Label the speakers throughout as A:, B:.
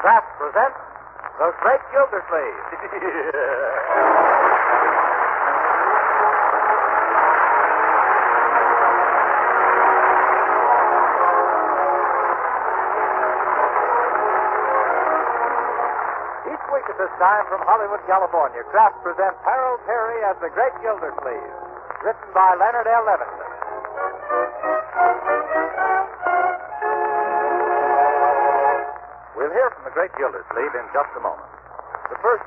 A: Kraft presents The Great Gildersleeve. Each week at this time from Hollywood, California, Kraft presents Harold Perry as The Great Gildersleeve, written by Leonard L. Levinson. We'll hear from the great Gildersleeve in just a moment. But first,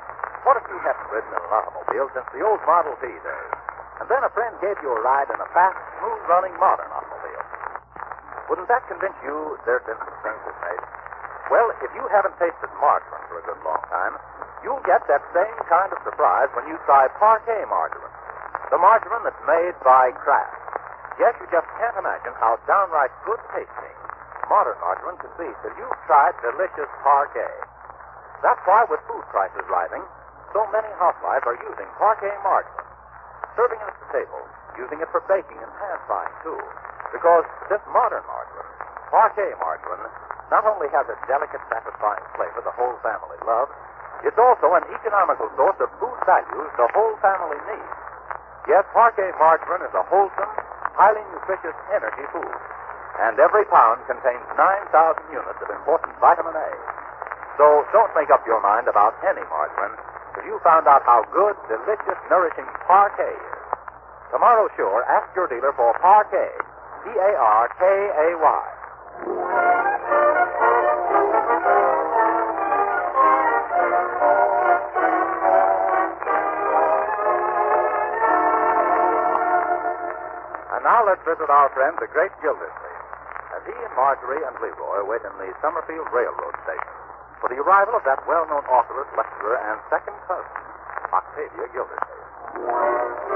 A: what if you haven't ridden in an automobile since the old Model T days? And then a friend gave you a ride in a fast, smooth-running modern automobile. Wouldn't that convince you there's been some changes made? Well, if you haven't tasted margarine for a good long time, you'll get that same kind of surprise when you try Parquet margarine. The margarine that's made by Kraft. Yes, you just can't imagine how downright good tasting modern margarine can be till you've tried delicious parquet. That's why with food prices rising, so many housewives are using parquet margarine, serving it at the table, using it for baking and pan frying too. Because this modern margarine, parquet margarine, not only has a delicate, satisfying flavor the whole family loves, it's also an economical source of food values the whole family needs. Yes, parquet margarine is a wholesome, highly nutritious energy food and every pound contains 9,000 units of important vitamin A. So don't make up your mind about any margarine till you found out how good, delicious, nourishing parquet is. Tomorrow, sure, ask your dealer for parquet. P-A-R-K-A-Y. And now let's visit our friend, the great Gildersleeve, as he and Marjorie and Leroy wait in the Summerfield Railroad Station for the arrival of that well-known authoress, lecturer, and second cousin, Octavia Gildersleeve.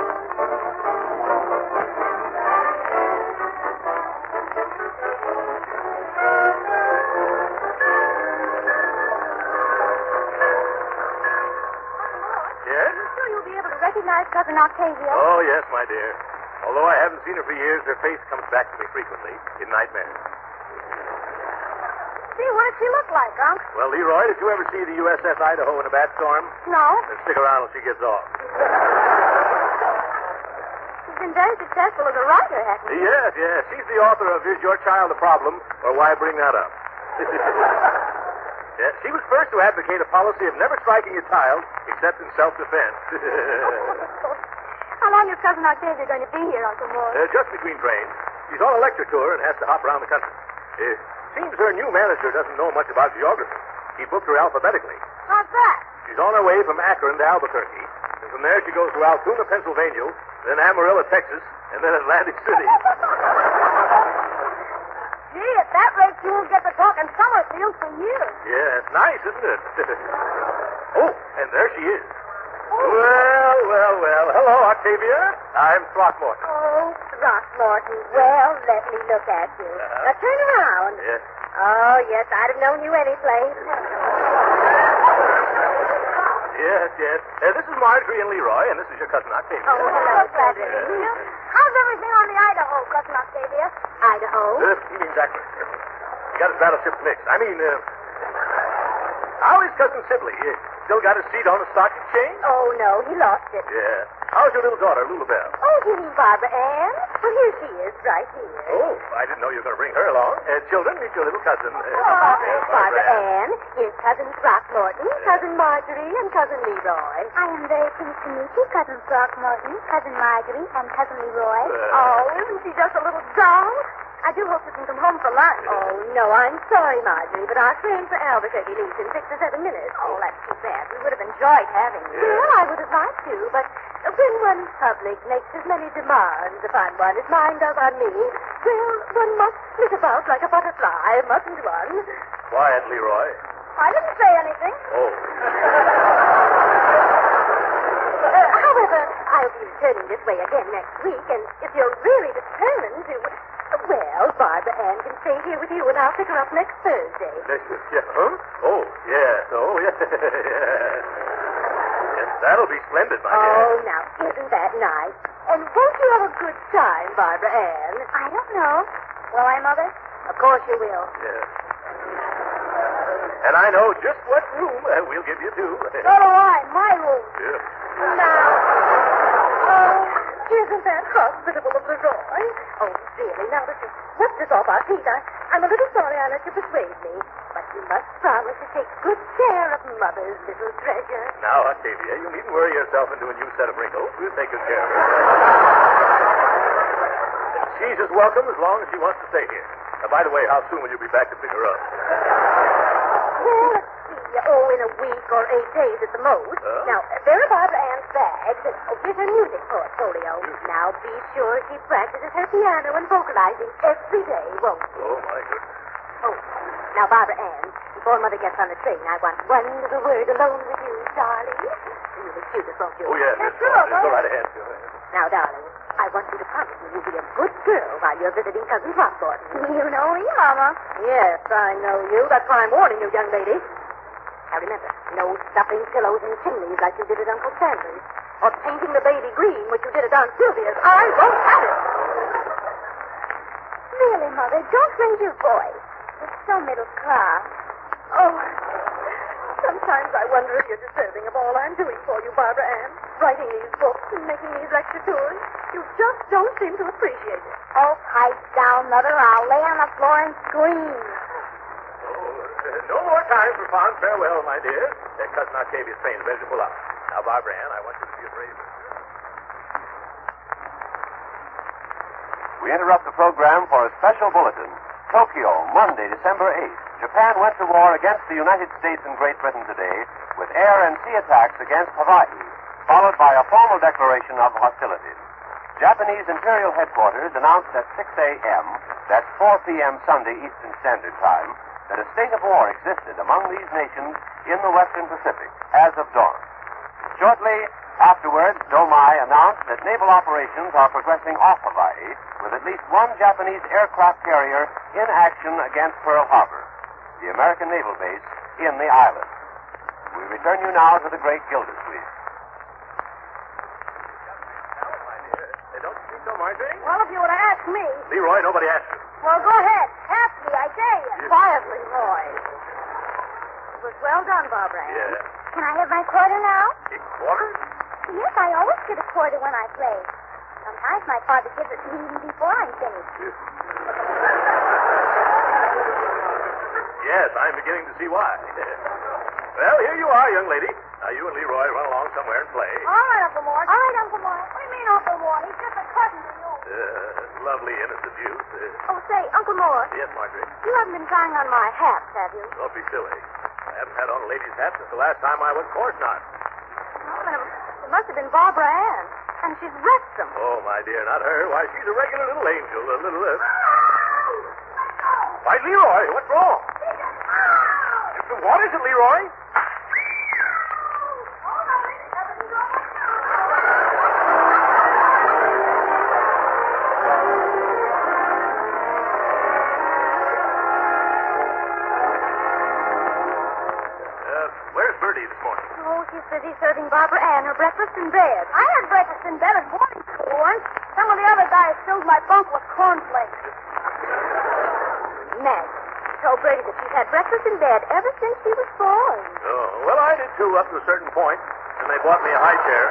B: Yes?
C: Are you sure you'll be able to recognize Cousin Octavia?
B: Oh, yes, my dear. Although I haven't seen her for years, her face comes back to me frequently in nightmares.
C: Gee, what does she look like, Unc?
B: Well, Leroy, did you ever see the USS Idaho in a bad storm?
C: No.
B: Then stick around till she gets off.
C: She's been very successful as a writer, hasn't she?
B: Yes, yes. She's the author of Is Your Child a Problem? Or Why Bring That Up? Yeah, she was first to advocate a policy of never striking a child except in self-defense.
C: How long is Cousin Octavia going to be here, Uncle Mort?
B: Uh, just between trains. She's on a lecture tour and has to hop around the country. It seems her new manager doesn't know much about geography. He booked her alphabetically.
C: How's that?
B: She's on her way from Akron to Albuquerque, and from there she goes to Altoona, Pennsylvania, then Amarillo, Texas, and then Atlantic City.
C: Gee, at that rate, you won't get to talking Summerfield for years.
B: yeah, it's nice, isn't it? oh, and there she is. Well, well, well. Hello, Octavia. I'm Throckmorton.
D: Oh, Throckmorton. Well, let me look at you.
B: Uh-huh.
D: Now turn around.
B: Yes.
D: Oh, yes, I'd have known you any place.
B: Yes, yes. Uh, this is Marjorie and Leroy, and this is your cousin Octavia.
D: Oh, hello, cousin.
C: How's everything on the Idaho, Cousin Octavia?
D: Idaho.
B: Uh, you mean Zachary. He got his battleship mixed. I mean, uh, how is Cousin Sibley? He still got his seat on the stock exchange?
D: Oh, no, he lost it.
B: Yeah. How's your little daughter, Lulabelle?
D: Oh, you mean Barbara Ann? Well, here she is, right here.
B: Oh, I didn't know you were going to bring her along. Uh, children, meet your little cousin. Uh,
D: Barbara, Barbara
B: Ann.
D: Ann. Here's Cousin Throckmorton, Cousin Marjorie, and Cousin Leroy.
C: I am very pleased to meet you, Cousin Throckmorton, Cousin Marjorie, and Cousin Leroy.
D: Oh, isn't she just a little doll?
C: I do hope you can come home for lunch.
D: Oh, no, I'm sorry, Marjorie, but our train for Albuquerque leaves in six or seven minutes. Oh, that's too bad. We would have enjoyed having you.
B: Yeah.
D: Well, I would have liked to, but when one public makes as many demands upon one as mine does on me, well, one must flit about like a butterfly, mustn't one?
B: Quiet, Leroy.
C: I didn't say anything.
B: Oh.
D: Uh, however, I'll be returning this way again next week, and if you're really determined to... Well, Barbara Ann can stay here with you, and I'll pick her up next Thursday.
B: Next week. Yeah. Huh? Oh, yes. Oh, yes. yes. That'll be splendid, my dear.
D: Oh, now, isn't that nice? And won't you have a good time, Barbara Ann?
C: I don't know. Will I, Mother?
D: Of course you will.
B: Yeah. And I know just what room uh, we'll give you, too.
C: So do I, my room.
B: Yeah.
D: Now, oh, isn't that hospitable of Leroy? Oh, really, now that you've swept us off our feet, I, I'm a little sorry I let you persuade me. But you must promise to take good care of Mother's little treasure.
B: Now, Octavia, you needn't worry yourself into a new set of wrinkles. We'll take good care of her. She's as welcome as long as she wants to stay here. Now, by the way, how soon will you be back to pick her up?
D: Well, let's see. Oh, in a week or eight days at the most.
B: Huh?
D: Now, there are Barbara Ann's bags, and oh, here's her music portfolio.
B: Music.
D: Now, be sure she practices her piano and vocalizing every day, won't she?
B: Oh, my goodness.
D: Oh, now, Barbara Ann, before Mother gets on the train, I want one little word alone with you, darling. You'll excuse us, won't you?
B: Oh, yes.
D: Now,
B: yes,
D: come on,
B: yes, Go
D: Barbara.
B: right ahead. Go ahead.
D: Now, darling, I want you to promise me you'll be a good girl while you're visiting Cousin Throckmorton.
C: You know me, Mama.
D: Yes, I know you. That's why I'm warning you, young lady. Now remember, no stuffing pillows and chimneys like you did at Uncle Stanley's, or painting the baby green, which you did at Aunt Sylvia's. I won't have it.
C: Really, Mother, don't raise your voice. It's so middle class.
D: Oh, sometimes I wonder if you're deserving of all I'm doing for you, Barbara Ann. Writing these books and making these lecture tours. You just don't seem to appreciate it.
C: Oh, pipe down, Mother. I'll lay on the floor and scream.
B: Oh, no more time for fond farewell, my dear. Uh, Cousin Octavia's train is ready to pull up. Now, Barbara Ann, I want you to be a brave.
A: We interrupt the program for a special bulletin. Tokyo, Monday, December 8th. Japan went to war against the United States and Great Britain today with air and sea attacks against Hawaii, followed by a formal declaration of hostilities. Japanese Imperial Headquarters announced at 6 a.m., that's 4 p.m. Sunday Eastern Standard Time, that a state of war existed among these nations in the Western Pacific as of dawn. Shortly afterwards, Domai announced that naval operations are progressing off Hawaii with at least one Japanese aircraft carrier in action against Pearl Harbor, the American naval base in the island. We return you now to the great Gildersleeve.
B: Now, my dear. uh, Don't you think so, Marjorie?
C: Well, if you were to ask me,
B: Leroy, nobody asked you.
C: well, go ahead. Ask me, I dare you.
D: Quietly, Roy. It was well done, Barbara Ann.
B: Yeah.
C: Can I have my quarter now?
B: A quarter?
C: Yes, I always get a quarter when I play. Sometimes my father gives it to me even before I'm finished.
B: Yes, I'm beginning to see why. well, here you are, young lady. Now, you and Leroy run along somewhere and play.
C: All right, Uncle Mort. All right, Uncle Mort. What do you mean, Uncle Mort? He's just a cousin to you.
B: Uh, lovely, innocent youth. Uh,
C: Oh, say, Uncle Mort,
B: yes, Marjorie.
C: you haven't been trying on my hat, have you?
B: Don't be silly. I haven't had on a lady's hat since the last time I was course not.
C: Well, then it must have been Barbara Ann. And she's wrecked them.
B: Oh, my dear, not her. Why, she's a regular little angel. A little. Uh... Why, Leroy, what's wrong? What is it, Leroy? Uh, where's Bertie this morning?
C: Oh, she's busy serving Barbara Ann her breakfast in bed. I had breakfast in bed at boarding school once. Some of the other guys filled my bunk with cornflakes.
D: Meg told Bertie that she's had breakfast in bed ever since she was born.
B: Oh, well, I did too, up to a certain point, and they bought me a high chair.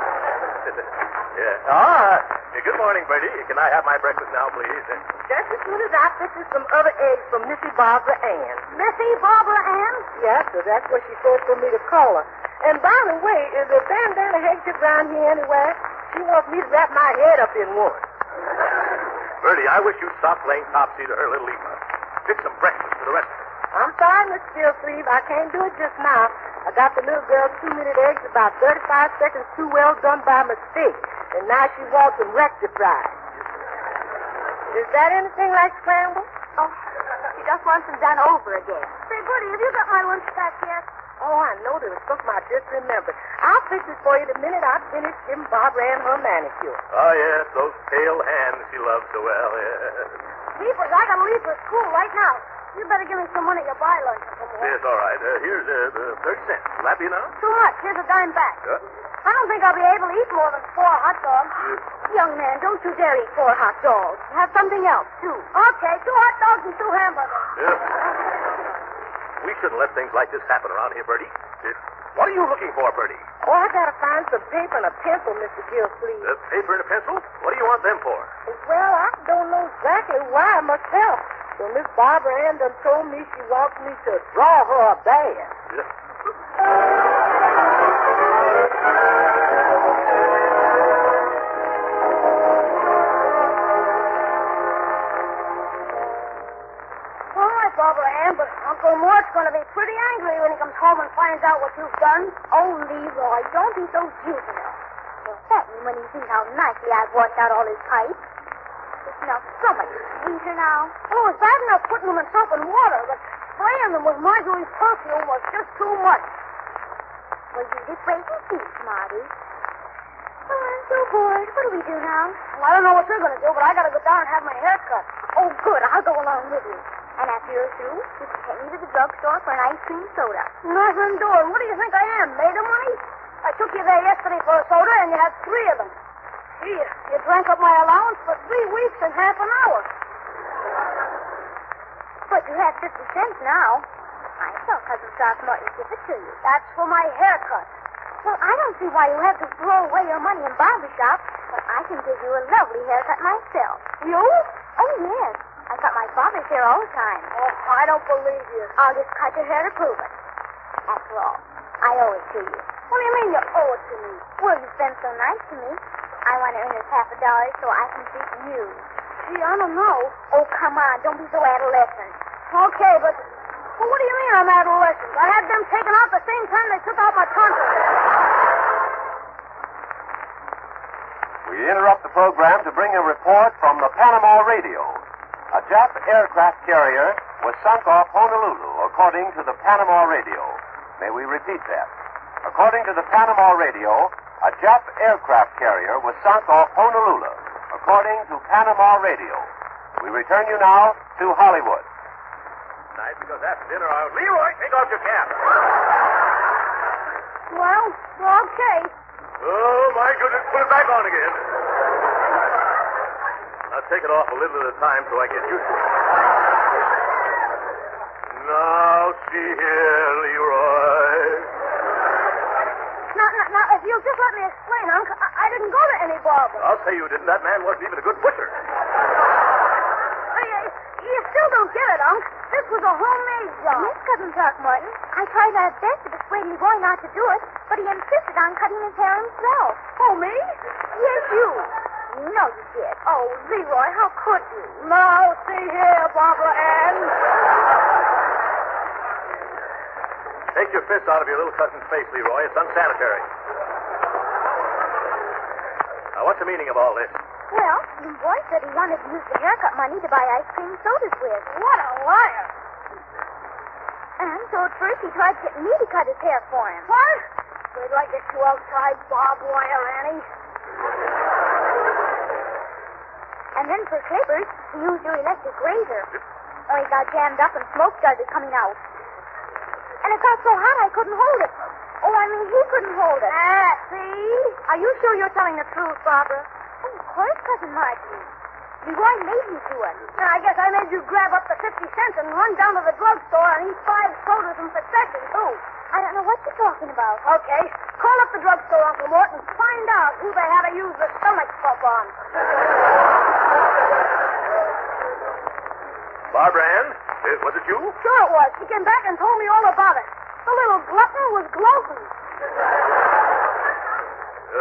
B: yeah. Ah, yeah, good morning, Bertie. Can I have my breakfast now, please? Uh,
D: Just as soon as I fixes some other eggs for Missy Barbara Ann.
C: Missy, Barbara Ann?
D: Yes, so that's what she said for me to call her. And by the way, is a bandana handkerchief around here anywhere? She wants me to wrap my head up in one.
B: Bertie, I wish you'd stop playing topsy to her little Eva. Fix some breakfast for the rest of us.
D: I'm sorry, Miss Gilsleeve. I can't do it just now. I got the little girl's two-minute eggs about 35 seconds too well done by mistake. And now she wants them rectified. Is that anything like scramble?
C: Oh, she just wants them done over again. Say, Bertie, have you got my lunch back yet?
D: Oh, I know there was something I just remembered. I'll fix it for you the minute I finish giving Barbara Ann her manicure.
B: Oh, yes, those pale hands she loves so well. Yes,
C: Jeepers, I gotta leave for school right now. You better give me some money to buy lunch, Uncle Mort.
B: yes all right. Uh, here's uh, the 30 cents. Will that be enough?
C: Too much. Here's a dime back.
B: Huh?
C: I don't think I'll be able to eat more than four hot dogs.
D: Young man, don't you dare eat four hot dogs. Have something else, too.
C: Okay, two hot dogs and two hamburgers.
B: Yeah. We shouldn't let things like this happen around here, Bertie. Uh, What are you looking for, Bertie?
D: Oh, I gotta find some paper and a pencil, Mr. Gill, please.
B: A paper and a pencil? What do you want them for?
D: Well, I don't know exactly why myself. So Miss Barbara Ann done told me she wants me to draw her a band.
C: All right, Barbara Ann, but Uncle Mort's going to be pretty angry when he comes home and finds out what you've done. Oh, Leroy, don't be so juvenile. He'll set me when he sees how nicely I've worked out all his pipes. It smells so much sweeter now. Oh, it's bad enough putting them in soap and water, but spraying them with Marjorie's perfume was just too much. Well, you just wait and see, Marty. Oh, I'm so bored. What do we do now? Well, I don't know what you're going to do, but I got to go down and have my hair cut. Oh, good. I'll go along with you. And after you're through, you can take me to the drugstore for an ice cream soda. Nothing doing. What do you think I am, made of money? I took you there yesterday for a soda, and you had three of them. Gee, you drank up my allowance for three weeks and half an hour. But you have 50 cents now. I saw Cousin Throckmorton give it to you. That's for my haircut. Well, I don't see why you have to throw away your money in barber shops, but I can give you a lovely haircut myself. You? Oh, yes. I cut my father's hair all the time. Oh, I don't believe you. I'll just cut your hair to prove it. After all, I owe it to you. What do you mean you owe it to me? Well, you've been so nice to me. I want to earn this half a dollar so I can treat you. Gee, I don't know. Oh, come on. Don't be so adolescent. Okay, but... Well, what do you mean I'm adolescent? I had them taken out the same time they took out my tonsils.
A: We interrupt the program to bring a report from the Panama Radio. A Jap aircraft carrier was sunk off Honolulu, according to the Panama Radio. May we repeat that? According to the Panama Radio, a Jap aircraft carrier was sunk off Honolulu, according to Panama Radio. We return you now to Hollywood.
B: Nice, because after dinner, I'll... Leroy, take off your cap.
C: Well, okay.
B: Oh, my goodness, put it back on again. Now take it off a little at a time so I get used to it. Now, see here, Leroy.
C: Now, now, now if you'll just let me explain, Uncle, I, I didn't go to any barber.
B: I'll say you didn't. That man wasn't even a good pusher.
C: Hey, hey, Oh, you still don't get it, Unc. This was a homemade job. Yes, Cousin Throckmorton. I tried my best to persuade Leroy not to do it, but he insisted on cutting his hair himself. Oh, me? Yes, you. No, you did. Oh, Leroy, how could you?
D: Now, see here, Barbara Ann.
B: Take your fist out of your little cousin's face, Leroy. It's unsanitary. Now, what's the meaning of all this?
C: Well, Leroy said he wanted to use the haircut money to buy ice cream sodas with. What a liar! And so at first he tried to get me to cut his hair for him.
D: What? We'd like to get you outside, Bob Wire, Annie.
C: And then for clippers, he used your electric razor. Or he got jammed up and smoke started coming out. And it got so hot I couldn't hold it. Oh, I mean, he couldn't hold it. Ah, see? Are you sure you're telling the truth, Barbara? Oh, of course, Cousin Margie. Leroy made me do it.
D: Now, I guess I made you grab up the 50 cents and run down to the drugstore and eat five sodas in succession, too.
C: I don't know what you're talking about.
D: Okay. Call up the drugstore, Uncle Mort, and find out who they had to use the stomach pump on.
B: Barbara Ann, eh, was it you?
D: Sure it was. He came back and told me all about it. The little glutton was gloating.
B: Uh,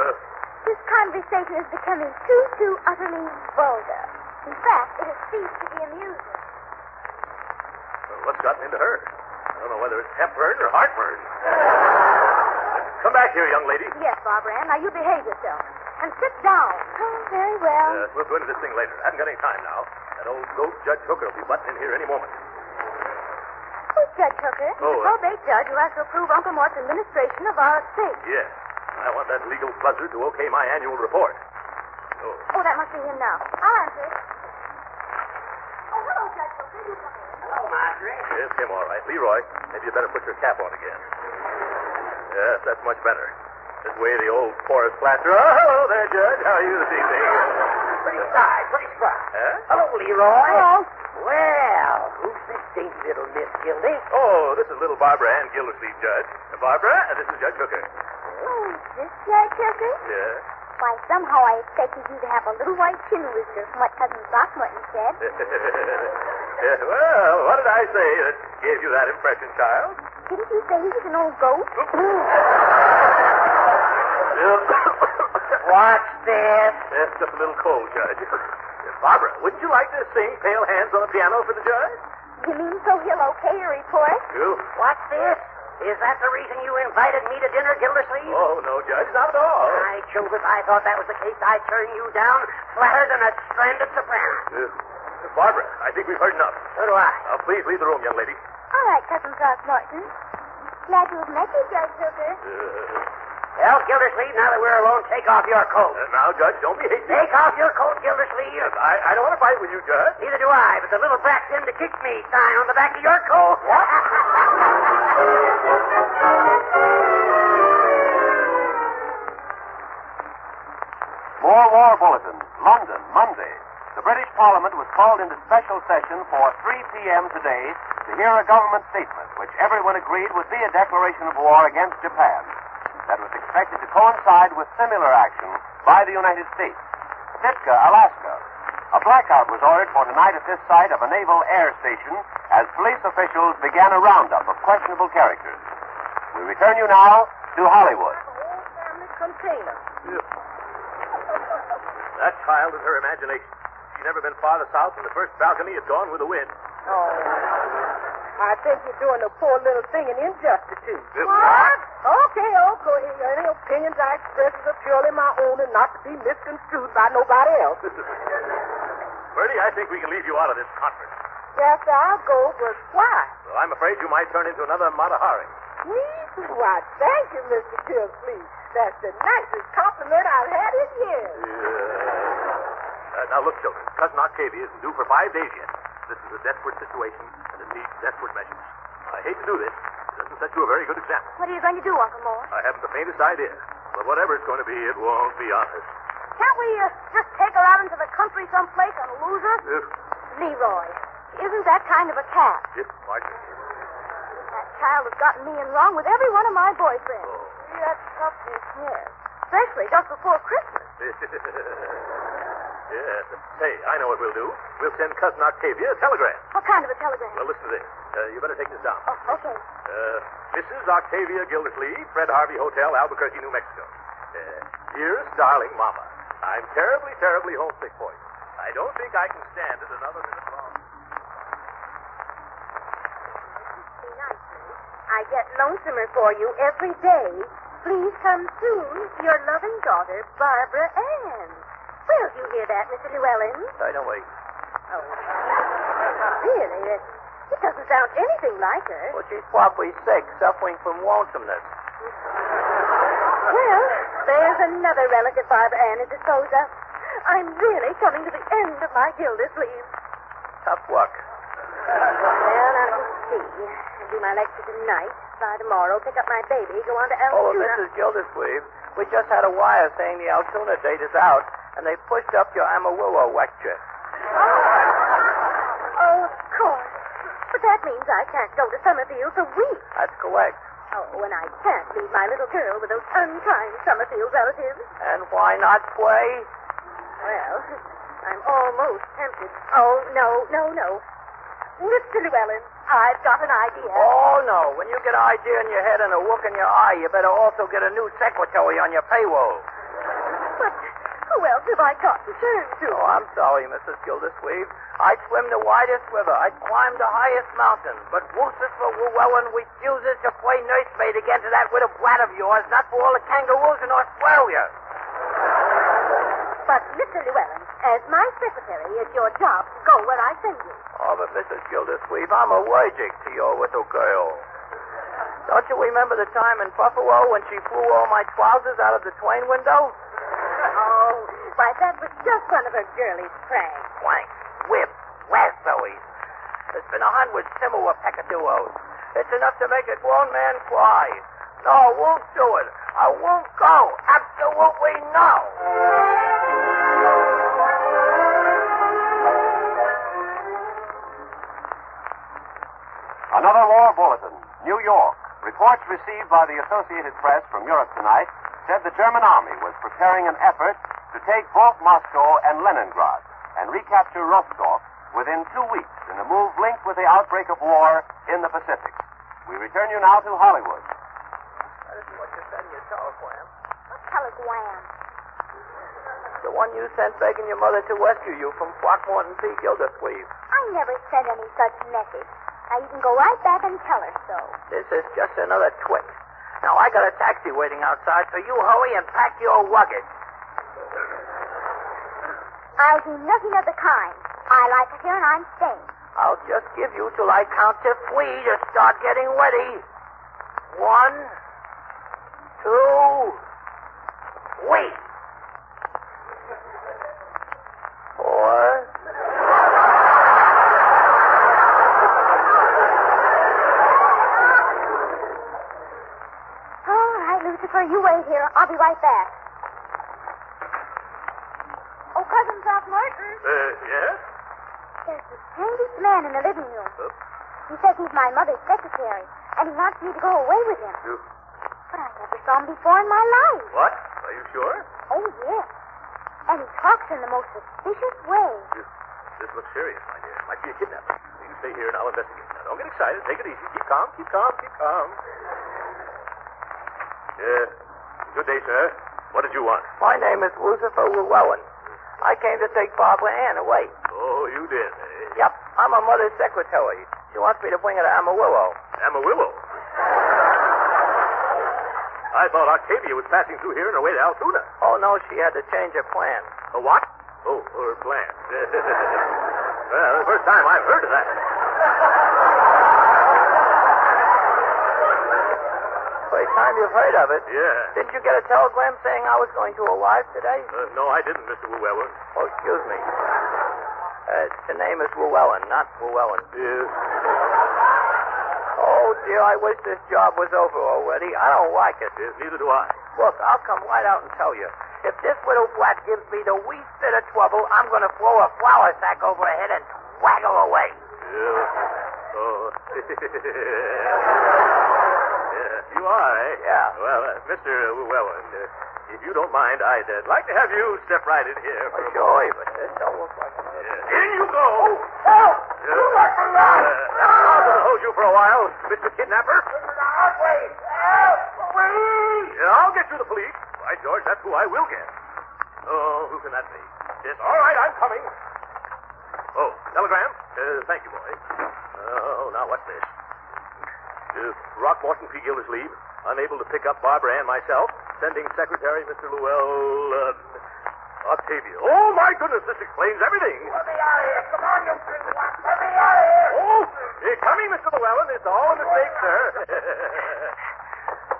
C: This conversation is becoming too, too utterly vulgar. In fact, it has ceased to be amusing.
B: what's gotten into her? I don't know whether it's heartburn or heartburn. Come back here, young lady.
C: Yes, Barbara Ann, now you behave yourself. And sit down. Oh, very well.
B: Uh, we'll go into this thing later. I haven't got any time now. That old goat Judge Hooker will be butting in here any moment.
C: Who's Judge Hooker?
D: The
B: Oh, uh,
D: probate judge who has to approve Uncle Mort's administration of our estate.
B: yes. I want that legal buzzard to okay my annual report. Oh,
C: Oh, that must be him now. I'll answer it. Oh, hello, Judge Hooker. You come in.
E: Hello, Marjorie.
B: yes, him all right. Leroy, maybe you better put your cap on again. Yes, that's much better. This way the old forest plaster. Oh, hello there, Judge. How are you this evening?
E: Pretty surprised. Pretty surprised.
B: Huh?
E: Hello, Leroy.
D: Hello.
E: Well, who's this
D: see, little Miss Gildy.
B: Oh, this is little Barbara Ann Gildersleeve, Judge. Barbara, this is Judge Hooker.
C: Oh, is this Judge Hooker?
B: Yeah.
C: Why, somehow I expected you to have a little white chin rooster from what Cousin Throckmorton said.
B: yeah. Well, what did I say that gave you that impression, child?
C: Didn't you say he was an old goat?
B: Oh.
D: What's this?
B: That's just a little cold, Judge. Barbara, wouldn't you like to sing Pale Hands on the piano for the judge?
C: You mean so he'll okay your report?
B: You?
D: What's this? Is that the reason you invited me to dinner, Gildersleeve?
B: Oh, no, Judge, not at all.
D: My Joseph, I thought that was the case. I turned you down flatter than a stranded soprano.
B: Yeah. Uh, Barbara, I think we've heard enough.
D: So do I.
B: Now, please leave the room, young lady.
C: All right, Cousin Throckmorton. Glad to have met you, Judge Hooker.
B: Uh,
D: Well, Gildersleeve, now that we're alone, take off your coat.
B: Uh, now, Judge, don't be hasty.
D: Take off your coat, Gildersleeve.
B: Yes, I, I don't want to fight with you, Judge.
D: Neither do I, but the little brat seemed to kick me, sign on the back of your coat.
A: More War Bulletin, London, Monday. The British Parliament was called into special session for 3 p.m. today to hear a government statement, which everyone agreed would be a declaration of war against Japan that was expected to coincide with similar action by the United States. Sitka, Alaska. A blackout was ordered for tonight at this site of a naval air station as police officials began a roundup of questionable characters. We return you now to Hollywood.
D: Container.
B: That child is her imagination. She's never been farther south than the first balcony at dawn with the wind.
D: Oh. I think you're doing the poor little thing an injustice to.
B: What?
D: Okay, okay. Any opinions I express are purely my own and not to be misconstrued by nobody else.
B: Bertie, I think we can leave you out of this conference.
D: Yes, I'll go, but why?
B: Well, I'm afraid you might turn into another Mata Hari.
D: Me? Why, thank you, Mr. Tilsley. That's the nicest compliment I've had in years.
B: Uh, now, look, children. Cousin Octavia isn't due for five days yet. This is a desperate situation, and it needs desperate measures. I hate to do this. It doesn't set you a very good example.
C: What are you going to do, Uncle Moore?
B: I haven't the faintest idea. But whatever it's going to be, it won't be honest.
C: Can't we uh, just take her out into the country someplace and lose her?
B: Ugh,
C: Leroy, isn't that kind of a cat?
B: yes, Martin.
C: That child has gotten me in wrong with every one of my boyfriends.
B: Oh.
C: See, Oh, that's tough to hear. Especially just before Christmas.
B: yes. Hey, I know what we'll do. We'll send Cousin Octavia a telegram.
C: What kind of a telegram?
B: Well, listen to this. Uh, you better take this down.
C: Oh, okay.
B: Uh, Mrs. Octavia Gildersleeve, Fred Harvey Hotel, Albuquerque, New Mexico. Uh, dearest darling Mama, I'm terribly, terribly homesick for you. I don't think I can stand it another minute longer.
D: I get lonesomer for you every day. Please come soon. Your loving daughter, Barbara Ann. Well, you hear that, Mr. Llewellyn?
B: I know wait.
D: Oh. Really? It, it doesn't sound anything like her.
E: Well, she's probably sick, suffering from lonesomeness.
D: Well, there's another relative Barbara Ann to dispose of. I'm really coming to the end of my Gildersleeve.
E: Tough luck.
D: Well, I will see. I'll do my lecture tonight. By tomorrow, pick up my baby, go on to
E: Oh,
D: Altoona.
E: Mrs. Gildersleeve, we just had a wire saying the Altoona date is out, and they pushed up your Amarillo lecture.
D: Oh, of course. But that means I can't go to Summerfield for weeks.
E: That's correct.
D: Oh, and I can't leave my little girl with those unkind Summerfield relatives.
E: And why not play?
D: Well, I'm almost tempted. Oh, no, no, no. Mr. Llewellyn, I've got an idea.
E: Oh, no. When you get an idea in your head and a look in your eye, you better also get a new secretary on your payroll.
D: But who else have I got to turn to?
E: Oh, I'm sorry, Mrs. Gildersleeve. I'd swim the widest river. I'd climb the highest mountain. But Woosis for Llewellyn refuses to play nursemaid again to that widow brat of yours, not for all the kangaroos in Australia.
D: But, Mr. Llewellyn, as my secretary, it's your job to go where I send you.
E: Oh, but Mrs. Gildersleeve, I'm allergic to your little girl. Don't you remember the time in Buffalo when she flew all my trousers out of the train window?
D: Oh, why, that was just one of her girlish pranks.
E: Planks, whips, lassoes. There's been a hundred similar pecadillos. It's enough to make a grown man cry. No, I won't do it. I won't go. Absolutely no.
A: Another war bulletin. New York. Reports received by the Associated Press from Europe tonight said the German army was preparing an effort to take both Moscow and Leningrad and recapture Rostov within two weeks in a move linked with the outbreak of war in the Pacific. We return you now to Hollywood.
E: That isn't what you said in your telegram.
C: What color's wham?
E: The one you sent begging your mother to rescue you from Throckmorton P.
B: Uh,
E: Gildersleeve.
C: I never sent any such message. Now you can go right back and tell her so.
E: This is just another twit. Now, I got a taxi waiting outside, so you hurry and pack your luggage.
C: I'll do nothing of the kind. I like it here and I'm staying.
E: I'll just give you till I count to three to start getting ready. One, two, three. Four.
C: All right, Lucifer, you wait here. I'll be right back. Oh, Cousin Throckmorton,
B: Uh, yes?
C: there's the strangest man in the living room.
B: Huh?
C: He says he's my mother's secretary, and he wants me to go away with him.
B: You,
C: But I never saw him before in my life.
B: what? Are you sure?
C: Oh, yes. And he talks in the most suspicious way.
B: You, this looks serious, my dear. Might be a kidnapping. You stay here and I'll investigate. Now, don't get excited. Take it easy. Keep calm, keep calm, keep calm. Uh, good day, sir. What did you want?
E: My name is Lucifer Llewellyn. I came to take Barbara Ann away.
B: Oh, you did, eh?
E: Yep, I'm her mother's secretary. She wants me to bring her to Amarillo.
B: Amarillo. I thought Octavia was passing through here on her way to Altoona.
E: Oh, no, she had to change her plan.
B: A what? Oh, her plan. well, the first time I've heard of that.
E: First time you've heard of it.
B: Yeah.
E: Didn't you get a telegram saying I was going to arrive today?
B: Uh, no, I didn't, Mr. Llewellyn.
E: Oh, excuse me. Uh, the name is Llewellyn, not Llewellyn.
B: Yes.
E: Oh, dear, I wish this job was over already. I don't like it.
B: Yes, neither do I.
E: Look, I'll come right out and tell you. If this little brat gives me the least bit of trouble, I'm going to throw a flour sack over her head and wag her away.
B: Yeah. Oh. yeah, you are, eh?
E: Yeah.
B: Well, uh, Mr. Llewellyn, uh, if you don't mind, I'd uh, like to have you step right in here for a
E: Joy, but this don't look like it.
B: Yeah. In you go. Oh, Yeah.
E: Help!
B: Uh, I'm going to hold you for a while, Mr. Kidnapper. Yeah, I'll get you the police. Why, George, that's who I will get. Oh, who can that be? Yes, all right, I'm coming. Oh, telegram? Uh, thank you, boy. Oh, now what's this? Uh, Rockmorton P. Gildersleeve, unable to pick up Barbara and myself, sending Secretary Mr. Llewell, uh, Octavia. Oh, my goodness, this explains everything. Oh, eh, coming, Mr. Llewellyn. It's all a mistake, sir.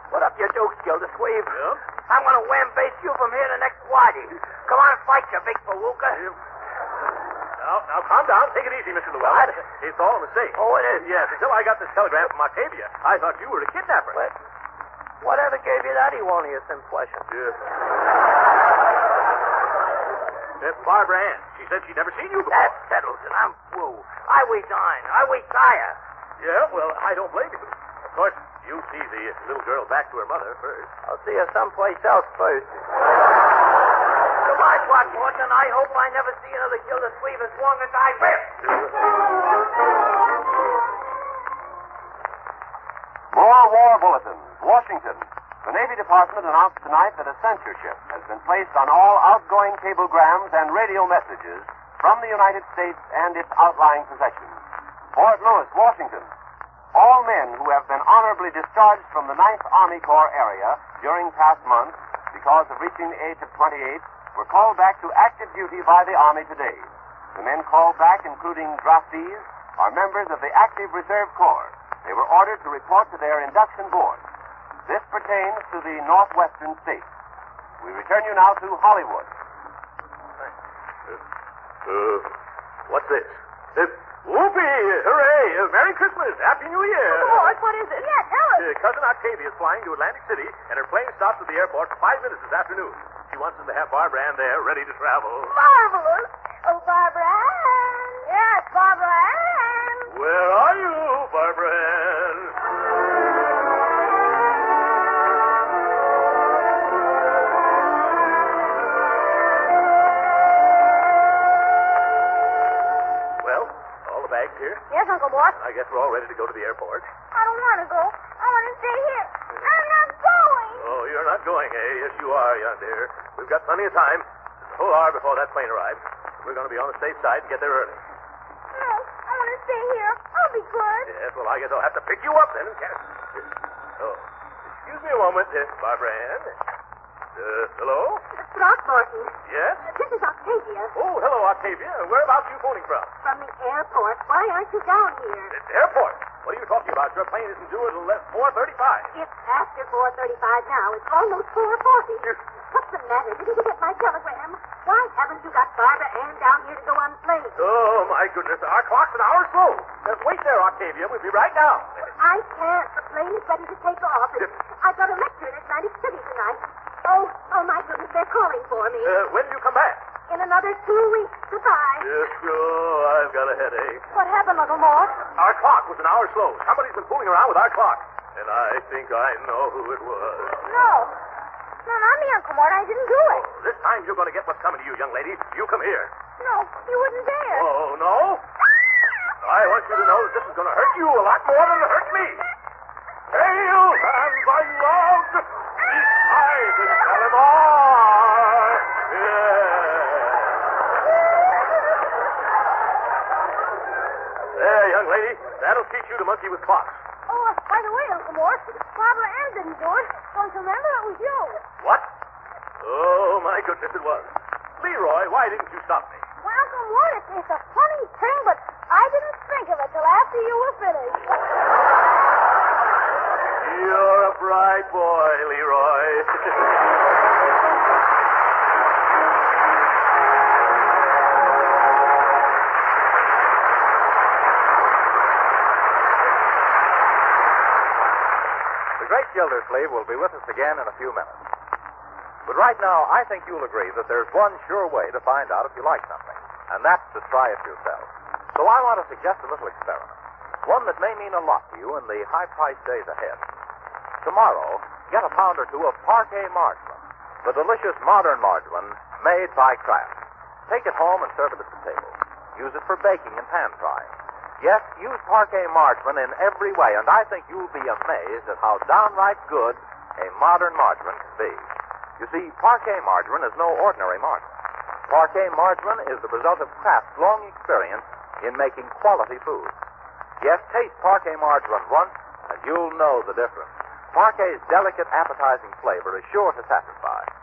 E: Put up your jokes, Gildersleeve.
B: Yeah?
E: I'm going to wham base you from here to next Friday. Come on and fight, you big palooka.
B: Now, now, calm down. Take it easy, Mr. Llewellyn.
E: What?
B: It's all a mistake.
E: Oh, it is.
B: Yes, until I got this telegram from Octavia, I thought you were a kidnapper.
E: What? Whatever gave you that erroneous impression?
B: Yes. Uh, Barbara Ann, she said she'd never seen you before.
E: That settles it. I'm through. I resign. I retire.
B: Yeah, well, I don't blame you. Of course, you see the little girl back to her mother first.
E: I'll see you someplace else first. Goodbye, Throckmorton, and I hope I never see another Gildersleeve as long as I live.
A: More war bulletins. Washington. The Navy Department announced tonight that a censorship has been placed on all outgoing cablegrams and radio messages from the United States and its outlying possessions. Fort Lewis, Washington. All men who have been honorably discharged from the 9th Army Corps area during past months because of reaching the age of 28 were called back to active duty by the Army today. The men called back, including draftees, are members of the Active Reserve Corps. They were ordered to report to their induction board. This pertains to the northwestern states. We return you now to Hollywood.
B: Uh, what's this? Uh, whoopee! Hooray! Uh, Merry Christmas! Happy New Year!
D: what is it?
C: Yeah, tell us.
B: Uh, cousin Octavia is flying to Atlantic City, and her plane stops at the airport for five minutes this afternoon. She wants us to have Barbara Ann there, ready to travel.
C: Marvelous. Oh, Barbara Ann. Yes, Barbara Ann.
B: Where are you, Barbara Barbara Ann. Well, all the bags here.
D: Yes, Uncle Mort.
B: I guess we're all ready to go to the airport.
D: I don't want to go. I want to stay here. I'm not going.
B: Oh, you're not going, eh? Yes, you are, young dear. We've got plenty of time. There's a whole hour before that plane arrives. We're going to be on the safe side and get there early.
D: No, I want to stay here. I'll be good.
B: Yes, well, I guess I'll have to pick you up then and catch. Oh, excuse me a moment, uh, Barbara Ann. Uh, hello?
C: Miss Throckmorton,
B: Yes?
C: this is Octavia
B: Oh, hello, Octavia. Whereabouts are you phoning from?
C: from the airport. Why aren't you down here?
B: It's the airport. What are you talking about? Your plane isn't due until 4.35.
C: It's after 4.35 now. It's almost 4.40. What's the matter? Didn't you get my telegram? Why haven't you got Barbara Ann down here to go on plane?
B: Oh, my goodness. Our clock's an hour slow. Uh, wait there, Octavia. We'll be right down.
C: I can't. The plane is ready to take off. And I've got a lecture in Atlantic City tonight. Oh, oh, my goodness, they're calling for me.
B: Uh, when do you come back?
C: In another two weeks. Goodbye.
B: Yes, oh, I've got a headache.
C: What happened, Uncle Mort?
B: Our clock was an hour slow. Somebody's been fooling around with our clock. And I think I know who it was.
D: No. No, not me, Uncle Mort. I didn't do it.
B: This time you're going to get what's coming to you, young lady. You come here.
D: No, you wouldn't dare.
B: Oh, no? I want you to know that this is going to hurt you a lot more than it hurt me. Hail and thy love. Beside the Calamar. Yeah. There, young lady. That'll teach you to monkey with clocks.
D: Oh, uh, by the way, Uncle Mort, Barbara Ann didn't do it. Don't you remember? It was you.
B: What? Oh, my goodness, it was. Leroy, why didn't you stop me?
D: Well, Uncle Mort, it's, it's a funny thing, but I didn't think of it till after you were finished.
B: You're a bright boy, Leroy.
A: The great Gildersleeve will be with us again in a few minutes. But right now, I think you'll agree that there's one sure way to find out if you like something, and that's to try it yourself. So I want to suggest a little experiment, one that may mean a lot to you in the high-priced days ahead. Tomorrow, get a pound or two of parquet margarine, the delicious modern margarine made by Kraft. Take it home and serve it at the table. Use it for baking and pan frying. Yes, use parquet margarine in every way, and I think you'll be amazed at how downright good a modern margarine can be. You see, parquet margarine is no ordinary margarine. Parquet margarine is the result of Kraft's long experience in making quality food. Yes, taste parquet margarine once, and you'll know the difference. Parquet's delicate, appetizing flavor is sure to satisfy.